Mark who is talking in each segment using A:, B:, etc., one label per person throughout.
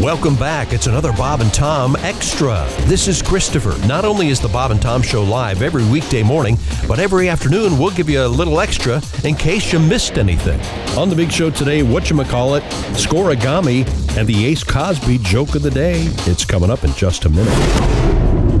A: Welcome back. It's another Bob and Tom Extra. This is Christopher. Not only is the Bob and Tom Show live every weekday morning, but every afternoon we'll give you a little extra in case you missed anything. On the big show today, whatchamacallit, scoregami, and the Ace Cosby joke of the day. It's coming up in just a minute.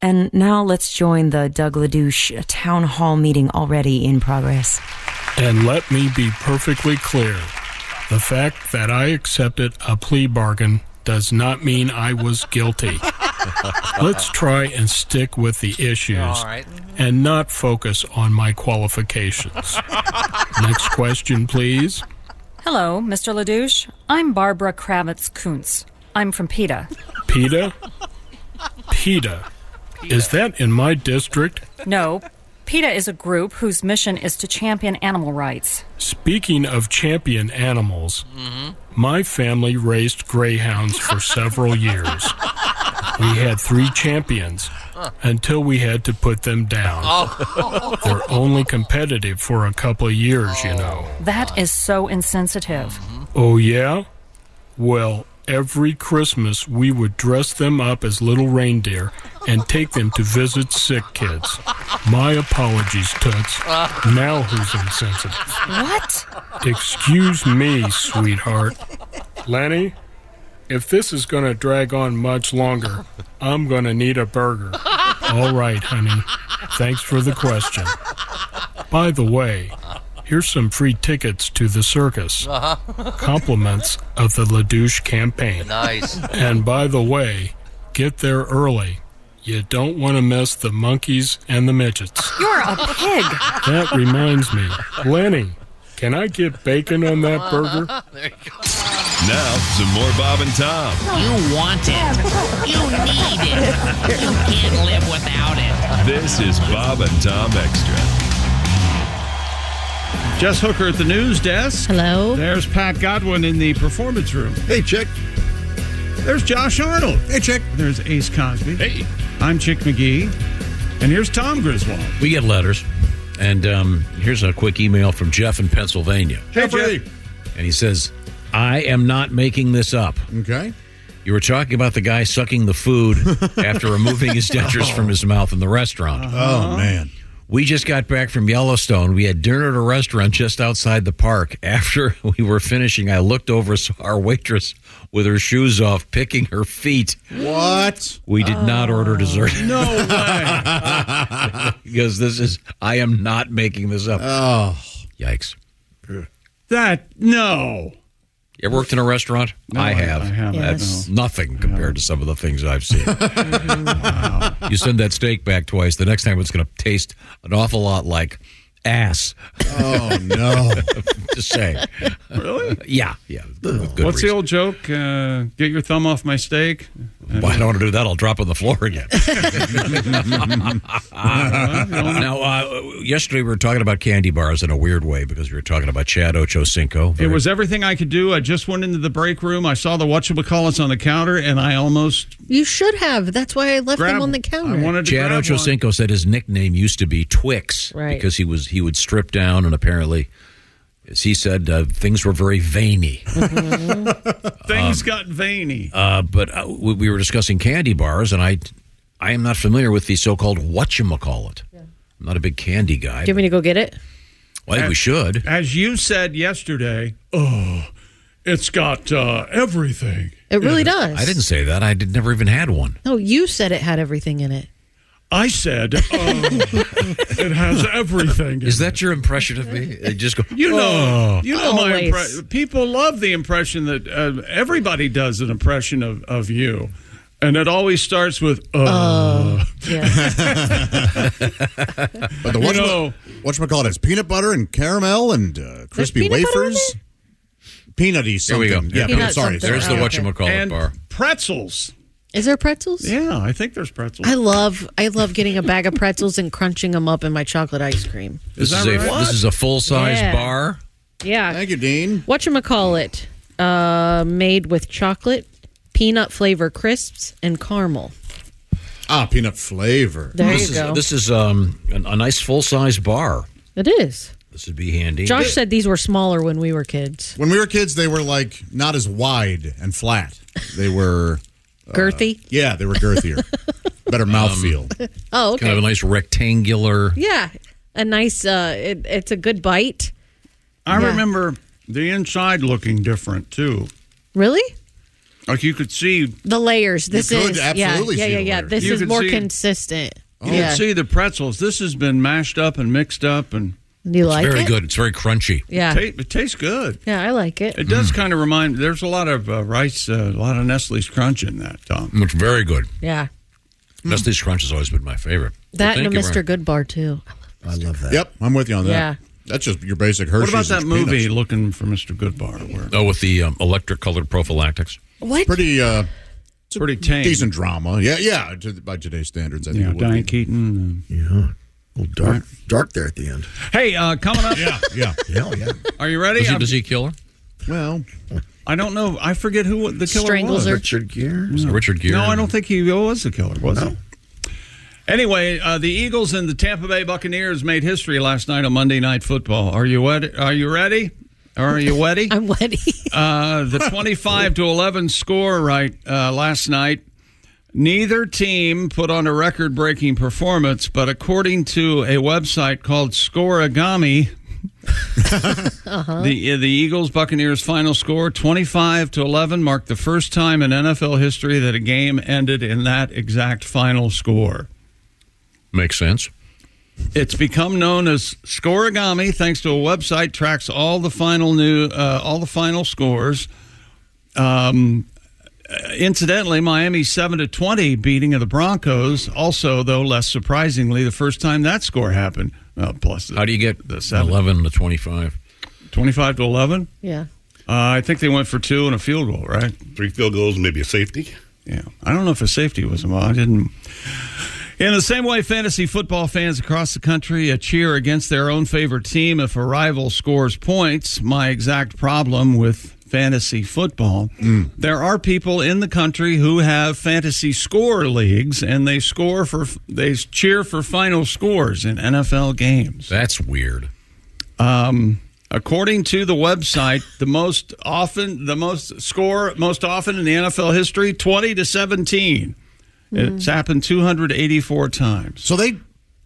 B: And now let's join the Doug LaDouche town hall meeting already in progress.
C: And let me be perfectly clear the fact that I accepted a plea bargain does not mean I was guilty. Let's try and stick with the issues and not focus on my qualifications. Next question, please.
D: Hello, Mr. LaDouche. I'm Barbara Kravitz Kuntz. I'm from PETA.
C: PETA? PETA. Is that in my district?
D: No, PETA is a group whose mission is to champion animal rights.
C: Speaking of champion animals, my family raised greyhounds for several years. We had three champions until we had to put them down. They're only competitive for a couple of years, you know.
D: That is so insensitive.
C: Oh, yeah? Well, every Christmas we would dress them up as little reindeer and take them to visit sick kids. My apologies, Toots. Now who's insensitive?
D: What?
C: Excuse me, sweetheart. Lenny, if this is going to drag on much longer, I'm going to need a burger. All right, honey. Thanks for the question. By the way, here's some free tickets to the circus. Compliments of the LaDouche campaign.
E: Nice.
C: And by the way, get there early. You don't want to miss the monkeys and the midgets.
D: You're a pig.
C: That reminds me, Lenny, can I get bacon on that burger?
F: Now, some more Bob and Tom.
E: You want it. You need it. You can't live without it.
F: This is Bob and Tom Extra.
G: Jess Hooker at the news desk.
H: Hello.
G: There's Pat Godwin in the performance room.
I: Hey, chick.
G: There's Josh Arnold.
I: Hey, chick.
G: There's Ace Cosby.
I: Hey.
G: I'm Chick McGee. And here's Tom Griswold.
H: We get letters, and um, here's a quick email from Jeff in Pennsylvania.
I: Hey, chick.
H: And he says, I am not making this up.
I: Okay.
H: You were talking about the guy sucking the food after removing his dentures from his mouth in the restaurant.
I: Oh, man.
H: We just got back from Yellowstone. We had dinner at a restaurant just outside the park. After we were finishing, I looked over, saw our waitress with her shoes off, picking her feet.
I: What?
H: We did not order dessert
G: No way.
H: because this is, I am not making this up. Oh. Yikes.
G: that, no.
H: You ever worked in a restaurant? I have.
G: I haven't,
H: That's nothing compared to some of the things I've seen. You send that steak back twice. The next time it's going to taste an awful lot like ass.
I: Oh, no.
H: Just saying.
G: Really?
H: yeah, yeah. with good
G: What's the
H: reason.
G: old joke? Uh, get your thumb off my steak.
H: Well, I don't want to do that. I'll drop on the floor again. now, uh, yesterday we were talking about candy bars in a weird way because we were talking about Chad Ochocinco.
G: It was everything I could do. I just went into the break room. I saw the whatchamacallits on the counter, and I almost
H: You should have. That's why I left
G: grabbed I wanted to
H: Chad
G: grab one.
H: Ochocinco said his nickname used to be Twix
J: Right.
H: because he was he would strip down and apparently, as he said, uh, things were very veiny.
J: Mm-hmm.
H: Um,
G: Things got veiny.
H: uh, but uh, we, we were discussing candy bars, and I I am not familiar with the so-called whatchamacallit. I'm not a big candy guy.
J: Do you want me to go get it?
H: Well, I think we should.
K: As you said yesterday, oh, it's got uh, everything.
D: It really
K: in
D: does.
H: I didn't say that. I did, never even had one.
D: No, you said it had everything in it.
K: I said "Oh, it has everything.
H: Is that your impression of me? They just go,
K: You know,
H: "Oh."
K: you know my
D: Always.
K: impre- people love the impression that uh, everybody does an impression of, of you, and it always starts with uh.
L: But the
K: You
L: what's
K: know-
L: what's called is peanut butter and caramel and uh, crispy
D: peanut butter in
L: wafers. Peanutty
H: Here we
L: something.
H: go.
L: Yeah,
D: Peanut
L: peanut, sorry,
D: something.
L: sorry.
H: There's the
D: Oh,
H: what
D: okay.
H: you call it
K: and
H: bar.
K: pretzels.
D: Is there pretzels?
K: Yeah, I think there's pretzels.
D: I love I love getting a bag of pretzels and crunching them up in my chocolate ice cream.
H: This
K: Is
H: is,
K: that
H: a
K: right?
H: this is a full size
D: Yeah.
H: bar.
D: Yeah.
L: Thank you, Dean.
D: What you call it? Uh, made with chocolate, peanut flavor crisps, and caramel.
L: Ah, peanut flavor.
D: There
H: this
D: you
H: is
D: go.
H: this is um an, a nice full size bar.
D: it is.
H: This would be handy.
D: Josh said these were smaller when we were kids.
L: When we were kids, they were like not as wide and flat. They were,
D: Girthy.
L: yeah, they were girthier, better mouthfeel.
D: Oh, okay.
H: kind of a nice rectangular.
D: yeah, a nice. Uh, it, it's a good bite.
K: I
D: Yeah.
K: remember the inside looking different too.
D: Really?
K: Like you could see,
D: The layers. This
L: could
D: is
L: absolutely
D: yeah,
L: see
D: yeah, yeah,
L: the
D: yeah.
L: layers.
D: This
K: You
D: is
K: could
D: more
K: see-
D: consistent.
K: you
D: yeah.
K: could see the pretzels. This has been mashed up and mixed up, and
D: Do you like
H: very
D: it?
H: good. It's very crunchy.
D: Yeah,
K: ta- it tastes good.
D: yeah, I like it.
K: It does kind of remind. There's a lot of uh, rice, uh, a lot of Nestle's crunch in that, Tom.
H: It's very good.
D: Yeah,
H: Nestle's Crunch has always been my favorite.
D: that
H: Well,
D: and a
H: thank you,
D: Mr. Goodbar too.
H: Brian. I love that.
L: Yep, I'm with you on that.
D: Yeah.
L: That's just your basic Hershey's.
K: What about that
L: and
K: movie,
L: peanuts.
K: Looking for Mr. Goodbar? Where
H: Oh, with the um, electric colored prophylactics.
D: What?
L: Pretty uh,
K: it's pretty tame.
L: decent drama. Yeah, yeah, to, by today's standards, I think
K: Yeah,
L: it would
K: Diane
L: be.
K: Keaton. uh,
M: dark, dark there at the end.
K: Hey, uh, coming up.
L: Yeah, yeah.
M: Hell yeah.
K: Are you ready?
H: Does he,
K: I'm-
H: does he kill her?
L: Well,
K: I don't know. I forget who the killer
D: Strangles
K: was.
D: her.
M: Richard Gere.
H: Was it Richard Gere?
K: No, I don't think he was the killer, was
M: No.
K: he? Anyway, uh, the Eagles and the Tampa Bay Buccaneers made history last night on Monday Night Football. Are you wed- Are you ready? Are you ready?
D: I'm wetty.
K: Uh, the 25 to 11 score right uh, last night. Neither team put on a record-breaking performance, but according to a website called Scoreagami, the uh, the Eagles Buccaneers final score 25 to 11 marked the first time in NFL history that a game ended in that exact final score.
H: Makes sense.
K: It's become known as Scoregami thanks to a website tracks all the final new uh, all the final scores. Um, incidentally, Miami's seven to twenty beating of the Broncos. Also, though less surprisingly, the first time that score happened. Uh, plus,
H: How do you get
K: the seven,
H: 11 to 25?
K: 25 to eleven?
D: yeah.
K: Uh, I think they went for two and a field goal, right?
C: Three field goals, maybe a safety.
K: Yeah, I don't know if a safety was involved. I didn't. In the same way, fantasy football fans across the country uh, cheer against their own favorite team if a rival scores points. My exact problem with fantasy football: there are people in the country who have fantasy score leagues, and they score for they cheer for final scores in NFL games.
H: That's weird.
K: Um, according to the website, the most often, the most score most often in the NFL history, twenty to seventeen. It's happened two hundred eighty-four times.
L: so they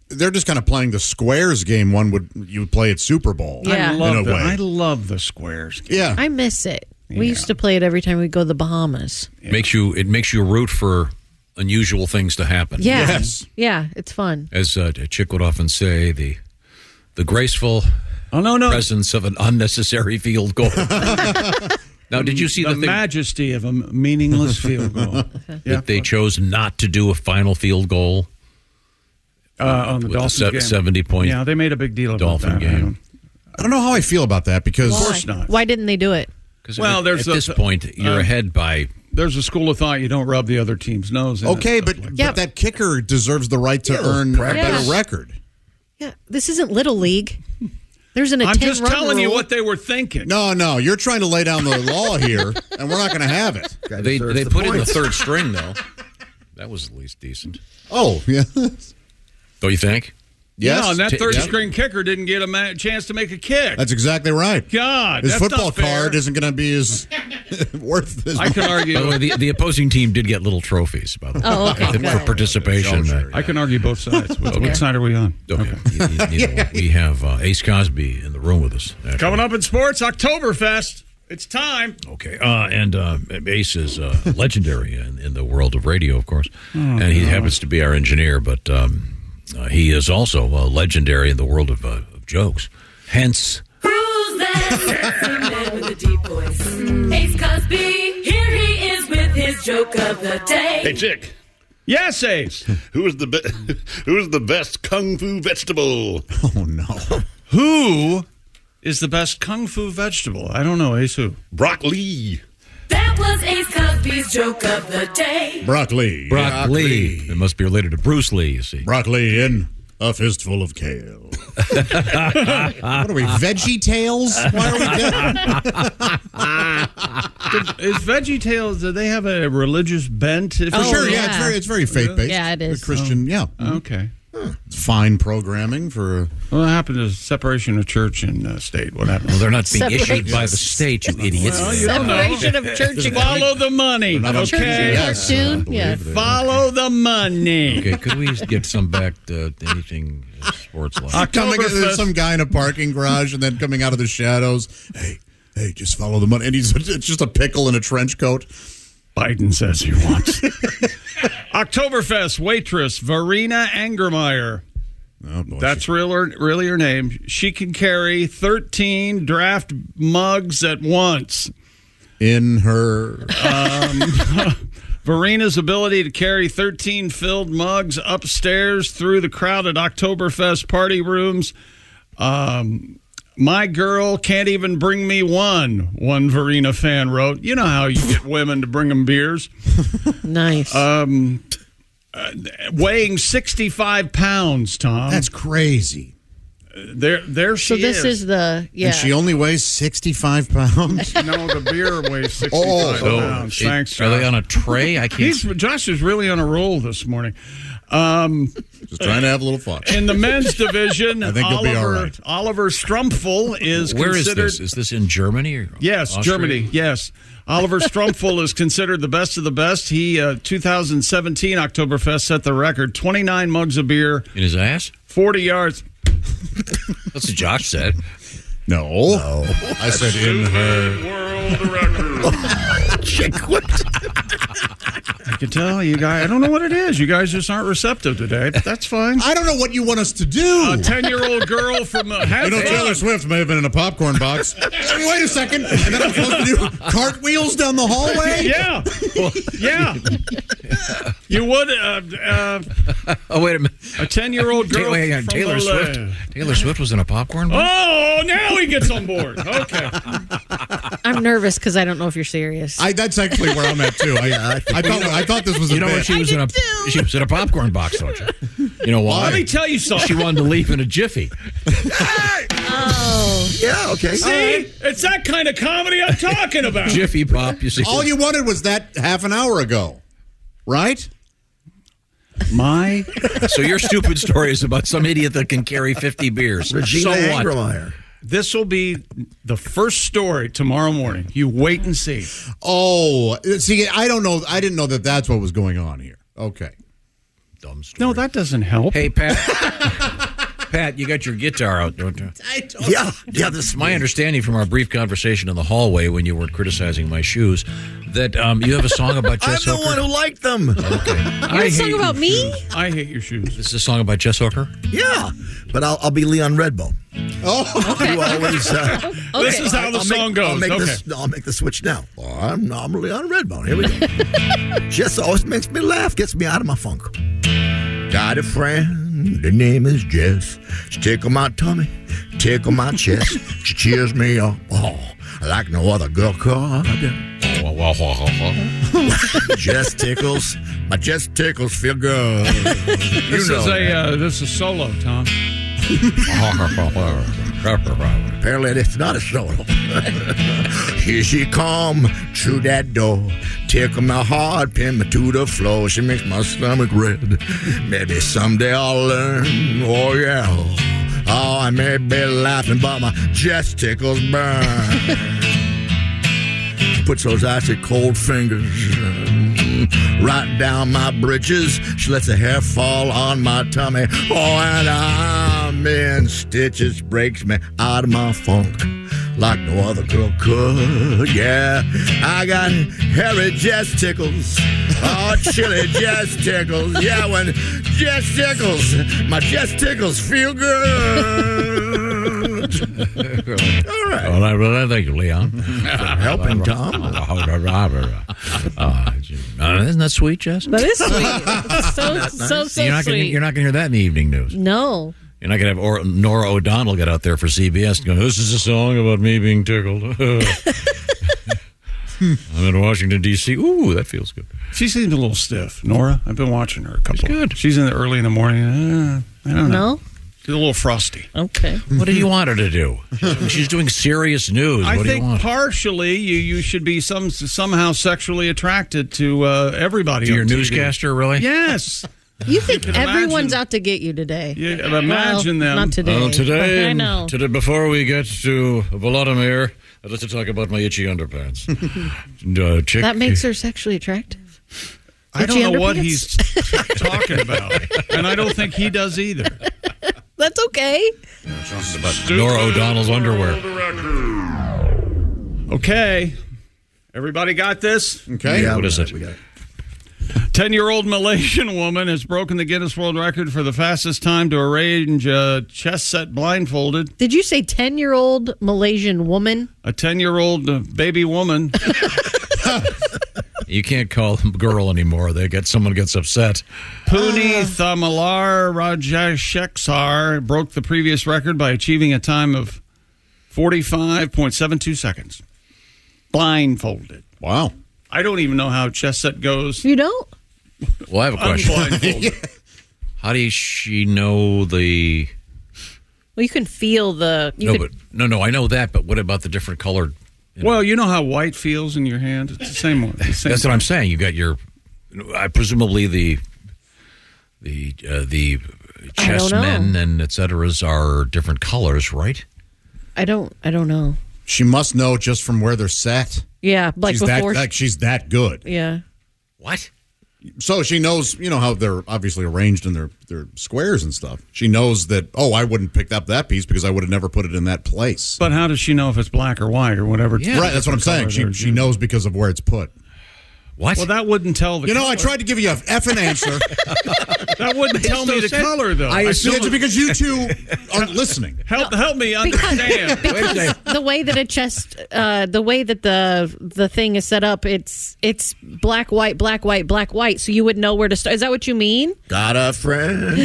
L: they're just kind of playing the squares game. One would you would play at Super Bowl?
D: Yeah.
K: I
L: in a
K: love Oh, the,
L: way.
K: I love the squares.
L: yeah.
D: I miss it. We used to play it every time we go to the Bahamas.
H: Makes you It makes you root for unusual things to happen.
D: Yeah.
L: Yes.
D: Yeah, it's fun.
H: As uh, Chick would often say, the the graceful
K: Oh no, no,
H: presence of an unnecessary field goal. now, did you see the,
K: the
H: thing
K: majesty of a meaningless field goal
H: that they chose not to do a final field goal?
K: uh, on the
H: With the
K: Dolphins
H: se-
K: game?
H: 70 point
K: Yeah, they made a big deal about
H: Dolphin
K: that. I
H: game.
K: don't-
L: I don't know how I feel about that because
K: Of course not.
D: Why didn't they do it?
H: 'Cause
K: Well,
H: at,
K: there's
H: at
K: a-
H: this point you're
K: uh,
H: ahead by
K: There's a school of thought you don't rub the other team's nose. in it,
L: okay,
K: stuff
L: but,
K: like
L: but
D: Yeah.
L: that kicker deserves the right to earn a
D: practice.
L: better
D: Yeah.
L: record.
D: Yeah, this isn't Little League. There's an a
K: that. I'm
D: 10
K: just
D: run
K: telling you
D: rule.
K: what they were thinking.
L: No, no, you're trying to lay down the law here, and we're not going to have it.
M: Guy
H: they
M: deserves
H: they
M: the
H: put in the
M: points.
H: third string though. That was at least decent.
L: Oh, yeah.
H: Don't you think?
K: Yeah,
I: Yes.
K: and that
I: T-
K: third
I: yeah.
K: string kicker didn't get a ma- chance to make a kick.
I: That's exactly right.
K: God,
I: his
K: that's not
I: football
K: fair.
I: card isn't going to be as worth. As
K: I could
I: much.
K: argue-
H: By the way, the, the opposing team did get little trophies, by the way,
I: Oh, okay,
H: for
I: good.
H: participation.
K: I can argue both sides. What, what side are we on?
H: Okay. Neither one. We have uh, Ace Cosby in the room with us. actually.
K: Coming up in sports, Oktoberfest. It's time.
H: Okay, uh, and uh, Ace is uh, legendary in, in the world of radio, of course,
K: Oh,
H: and he
K: no.
H: happens to be our engineer. But um, uh, he is also uh, legendary in the world of, uh, of jokes. Hence,
E: Who's that man with a deep voice? Ace Cosby, here he is with his joke of the day.
N: Hey, Chick.
K: Yes, Ace.
N: Who is the be- Who is the best kung fu vegetable?
I: Oh no.
K: Who is the best kung fu vegetable? I don't know, Ace. Who?
N: Broccoli.
E: That was Ace Cosby's joke of the day.
I: Broccoli.
H: Broccoli. It must be related to Bruce Lee, you see.
I: Broccoli in a fistful of kale.
H: what
I: are we, Veggie Tales? Why are we
K: is Veggie Tales? Do they have a religious bent?
I: For sure, Oh, yeah. it's very, it's very faith based. Christian, yeah.
K: Okay.
I: It's fine programming for.
K: What happened to separation of church and uh, state? What happened?
H: Well, they're not being issued by the state, you idiots.
K: Well, you don't know.
H: Separation of church and-
K: Follow the money.
H: Not
K: okay.
H: church and Yes, cartoon, I believe yeah. it is.
K: Follow the money.
H: Okay, could we get some back to anything sports like?
I: coming there's some guy in a parking garage and then coming out of the shadows. Hey, hey, just follow the money. And he's it's just a pickle in a trench coat.
K: Biden says he wants. Oktoberfest waitress Verena Angermeyer.
I: Oh,
K: That's real or, really her name. She can carry 13 draft mugs at once.
I: In her.
K: Um, Verena's ability to carry 13 filled mugs upstairs through the crowded Oktoberfest party rooms. Um, my girl can't even bring me one, one Verena fan wrote. You know how you get women to bring them beers.
O: nice.
K: Um, uh, weighing 65 pounds, Tom. That's
I: crazy.
K: There, there she
O: so this is the yeah.
I: And she only weighs 65 pounds.
K: no, the beer weighs 65
I: Oh.
K: pounds.
I: It-
K: Thanks,
I: are they
K: Josh.
I: on a tray? I can't
K: He's, Josh is really on a roll this morning. Um,
I: Just trying to have a little fun.
K: In the men's division,
I: I think you'll
K: Oliver,
I: be all right.
K: Oliver Strumpfel is
H: Where is
K: considered.
H: this? Is this in Germany? Or
K: Yes,
H: Austria?
K: Germany. Yes. Oliver Strumpfel is considered the best of the best. He, uh, 2017 Oktoberfest set the record 29 mugs of beer,
H: In his ass?
K: 40 yards.
H: That's what Josh said.
I: No. I said in her.
K: I can tell you guys, I don't know what it is. You guys just aren't receptive today, but that's fine.
I: I don't know what you want us to do.
K: A 10 year old girl from. Uh,
I: You
K: have
I: know,
K: fun.
I: Taylor Swift may have been in a popcorn box. Wait a second. And then I'm supposed to do cartwheels down the hallway?
K: Yeah. yeah. You would. Uh, uh,
H: oh, wait a minute.
K: A 10 year old girl.
H: Ta- wait, hang on.
K: from
H: Taylor
K: Ole-
H: Swift. Taylor Swift was in a popcorn. box?
K: Oh, now he gets on board. Okay.
O: I'm nervous because I don't know if you're serious.
I: I, that's actually where I'm at, too. I,
K: Oh,
I: I, thought, I thought this was a
H: You know
I: bit.
H: what she was in a she was in a popcorn box, don't you? You know why?
K: Let me tell you something.
H: She wanted to leave in a jiffy.
O: Oh.
I: Yeah, okay.
K: See, it's that kind of comedy I'm talking about.
H: Jiffy pop. You see.
I: All you wanted was that half an hour ago, right?
K: My.
H: So your stupid story is about some idiot that can carry fifty beers.
L: Regina
H: so what?
L: Angermeyer.
K: This will be the first story tomorrow morning. You wait and see.
I: Oh, see, I don't know. I didn't know that that's what was going on here. Okay.
H: Dumb story.
K: No, that doesn't help.
H: Hey, Pat. Pat, you got your guitar out, don't you?
L: I don't. Yeah, yeah. This
H: It's my understanding from our brief conversation in the hallway when you were criticizing my shoes that um, you have a song about
L: I'm
H: Jess
L: the
H: Hooker.
L: one who liked them.
H: Okay.
O: You're song about me?
K: I hate your shoes.
H: This is a song about Jess Hooker.
L: Yeah, but I'll, I'll be Leon Redbone.
I: Oh,
O: Okay.
L: You always. Uh,
K: This is how the
L: I'll make-
K: song
L: I'll
K: goes.
L: make,
K: Okay.
L: this, I'll make the switch now. Oh, I'm, I'm Leon Redbone. Here we go. Jess always makes me laugh, gets me out of my funk. Got a friend, her name is Jess. She tickle my tummy, tickle my chest. She cheers me up, oh, like no other girl could.
H: Wah, wah, wah, wah, wah.
L: Jess tickles, my Jess tickles feel good. You
K: This
L: know
K: is a
L: that.
K: uh, this is solo, Tom.
P: Apparently, it's not a solo. Here she come through that door. Tickle my heart, pin me to the floor. She makes my stomach red. Maybe someday I'll learn. Oh yeah. Oh, I may be laughing, but my chest tickles burn. Puts those icy cold fingers mm, right down my britches. She lets her hair fall on my tummy. Oh, and I'm in stitches. Breaks me out of my funk like no other girl could. Yeah, I got hairy chest tickles. Oh, chilly chest tickles. Yeah, when chest tickles, my chest tickles feel good. All right.
H: Well, I really thank you, Leon. For
P: helping Tom.
H: Uh, isn't that sweet, Jess?
K: That is sweet. so so so
H: you're not Gonna,
K: sweet.
H: you're not going to hear that in the evening news.
K: no.
H: You're not going to have or- Nora O'Donnell get out there for CBS going, this is a song about me being tickled. I'm in Washington, D.C. Ooh, that feels good.
B: She seems a little stiff. Nora, I've been watching her a couple. She's good. She's in there early in the morning. Uh, I don't know.
K: No?
B: She's a little frosty.
K: Okay.
H: What do you want her to do? She's doing serious news.
B: I
H: what do you
B: think
H: want?
B: partially you, you should be some somehow sexually attracted to uh, everybody.
H: To
B: on
H: your
B: TV.
H: newscaster, really?
B: Yes.
K: You think
B: can
K: everyone's
B: imagine.
K: out to get you today?
B: Yeah, imagine
K: well,
B: them.
K: Not today.
H: Well, today,
K: I know.
H: Today, before we get to Volodymyr, I'd like to talk about my itchy underpants. Uh, chick-
K: that makes her sexually attractive.
B: I
K: Itchy
B: don't know what
K: underpants?
B: he's talking about, and I don't think he does either.
K: That's okay.
H: about Nora O'Donnell's underwear.
B: Okay. Everybody got this?
Q: Okay.
H: Yeah, what is it?
B: 10 year old Malaysian woman has broken the Guinness World Record for the fastest time to arrange a chess set blindfolded.
K: Did you say 10 year old Malaysian woman?
B: A 10 year old baby woman.
H: You can't call them girl anymore. They get someone gets upset.
B: Puni
K: Uh.
B: Thamalar Rajashekhar broke the previous record by achieving a time of 45.72 seconds. Blindfolded.
Q: Wow.
B: I don't even know how chess set goes.
K: You don't?
H: Well, I have a question.
B: Unblindfolded.
H: How does she know the?
K: Well, you can feel the. You
H: no, but
K: could-
H: no, no. I know that, but what about the different colored?
B: Well, you know how white feels in your hand? It's the same one. It's the
H: That's
B: same
H: what I'm saying. You got your, I presumably the, the uh, the
K: I don't know.
H: chessmen and et cetera's are different colors, right?
K: I don't. I don't know.
Q: She must know just from where they're set.
K: Yeah, like
Q: she's
K: before.
Q: That, like she's that good.
K: yeah.
H: What?
Q: So she knows, you know, how they're obviously arranged in their, their squares and stuff. She knows that, oh, I wouldn't pick up that piece because I would have never put it in that place.
B: But how does she know if it's black or white or whatever?
Q: right, that's what I'm saying. She, she knows because of where it's put.
H: What?
B: Well, that wouldn't tell the.
Q: You know, I
B: color.
Q: tried to give you an effing answer.
B: That wouldn't tell me the color though.
Q: I assume
B: don't-
Q: it's because you two aren't listening.
B: help help me understand.
K: Because the way that a chest, uh, the way that the the thing is set up, it's it's black, white, black, white, black, white. So you would know where to start. Is that what you mean?
P: Got a friend.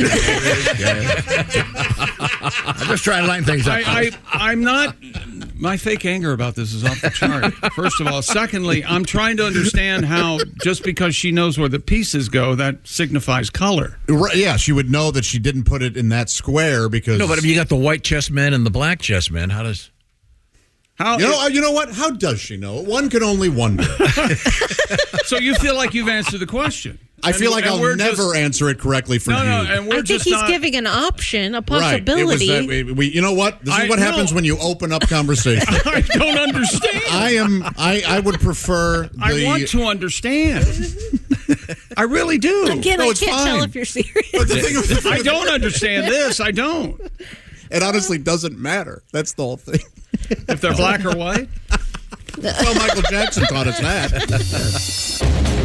P: I'm just trying to line things up.
B: I, I I'm not. My fake anger about this is off the chart. First of all, secondly, I'm trying to understand how just because she knows where the pieces go, that signifies color.
Q: Right, yeah, she would know that she didn't put it in that square because
H: No, but if you got the white chessmen and the black chessmen, how does?
B: How
Q: you know, you know what? How does she know? One can only wonder.
B: so you feel like you've answered the question.
Q: I feel like
B: And- and we're
Q: I'll never
B: just-
Q: answer it correctly for
B: No,
Q: you.
B: no, and we're
K: I think
B: just
K: he's
B: not-
K: giving an option, a
Q: Right. It was
K: possibility.
Q: that- we, we- you know what? This is
B: I-
Q: what happens
B: no.
Q: when you open up conversation.
B: I don't understand.
Q: I am. I, I would prefer. The,
B: I want to understand. I really do.
K: Again,
Q: No,
K: I
Q: it's
K: can't tell
Q: fine.
K: if you're serious.
Q: But the thing with-
B: I don't understand this. I don't.
Q: It honestly doesn't matter. That's the whole thing.
B: If they're black or white.
Q: Well, Michael Jackson taught us that.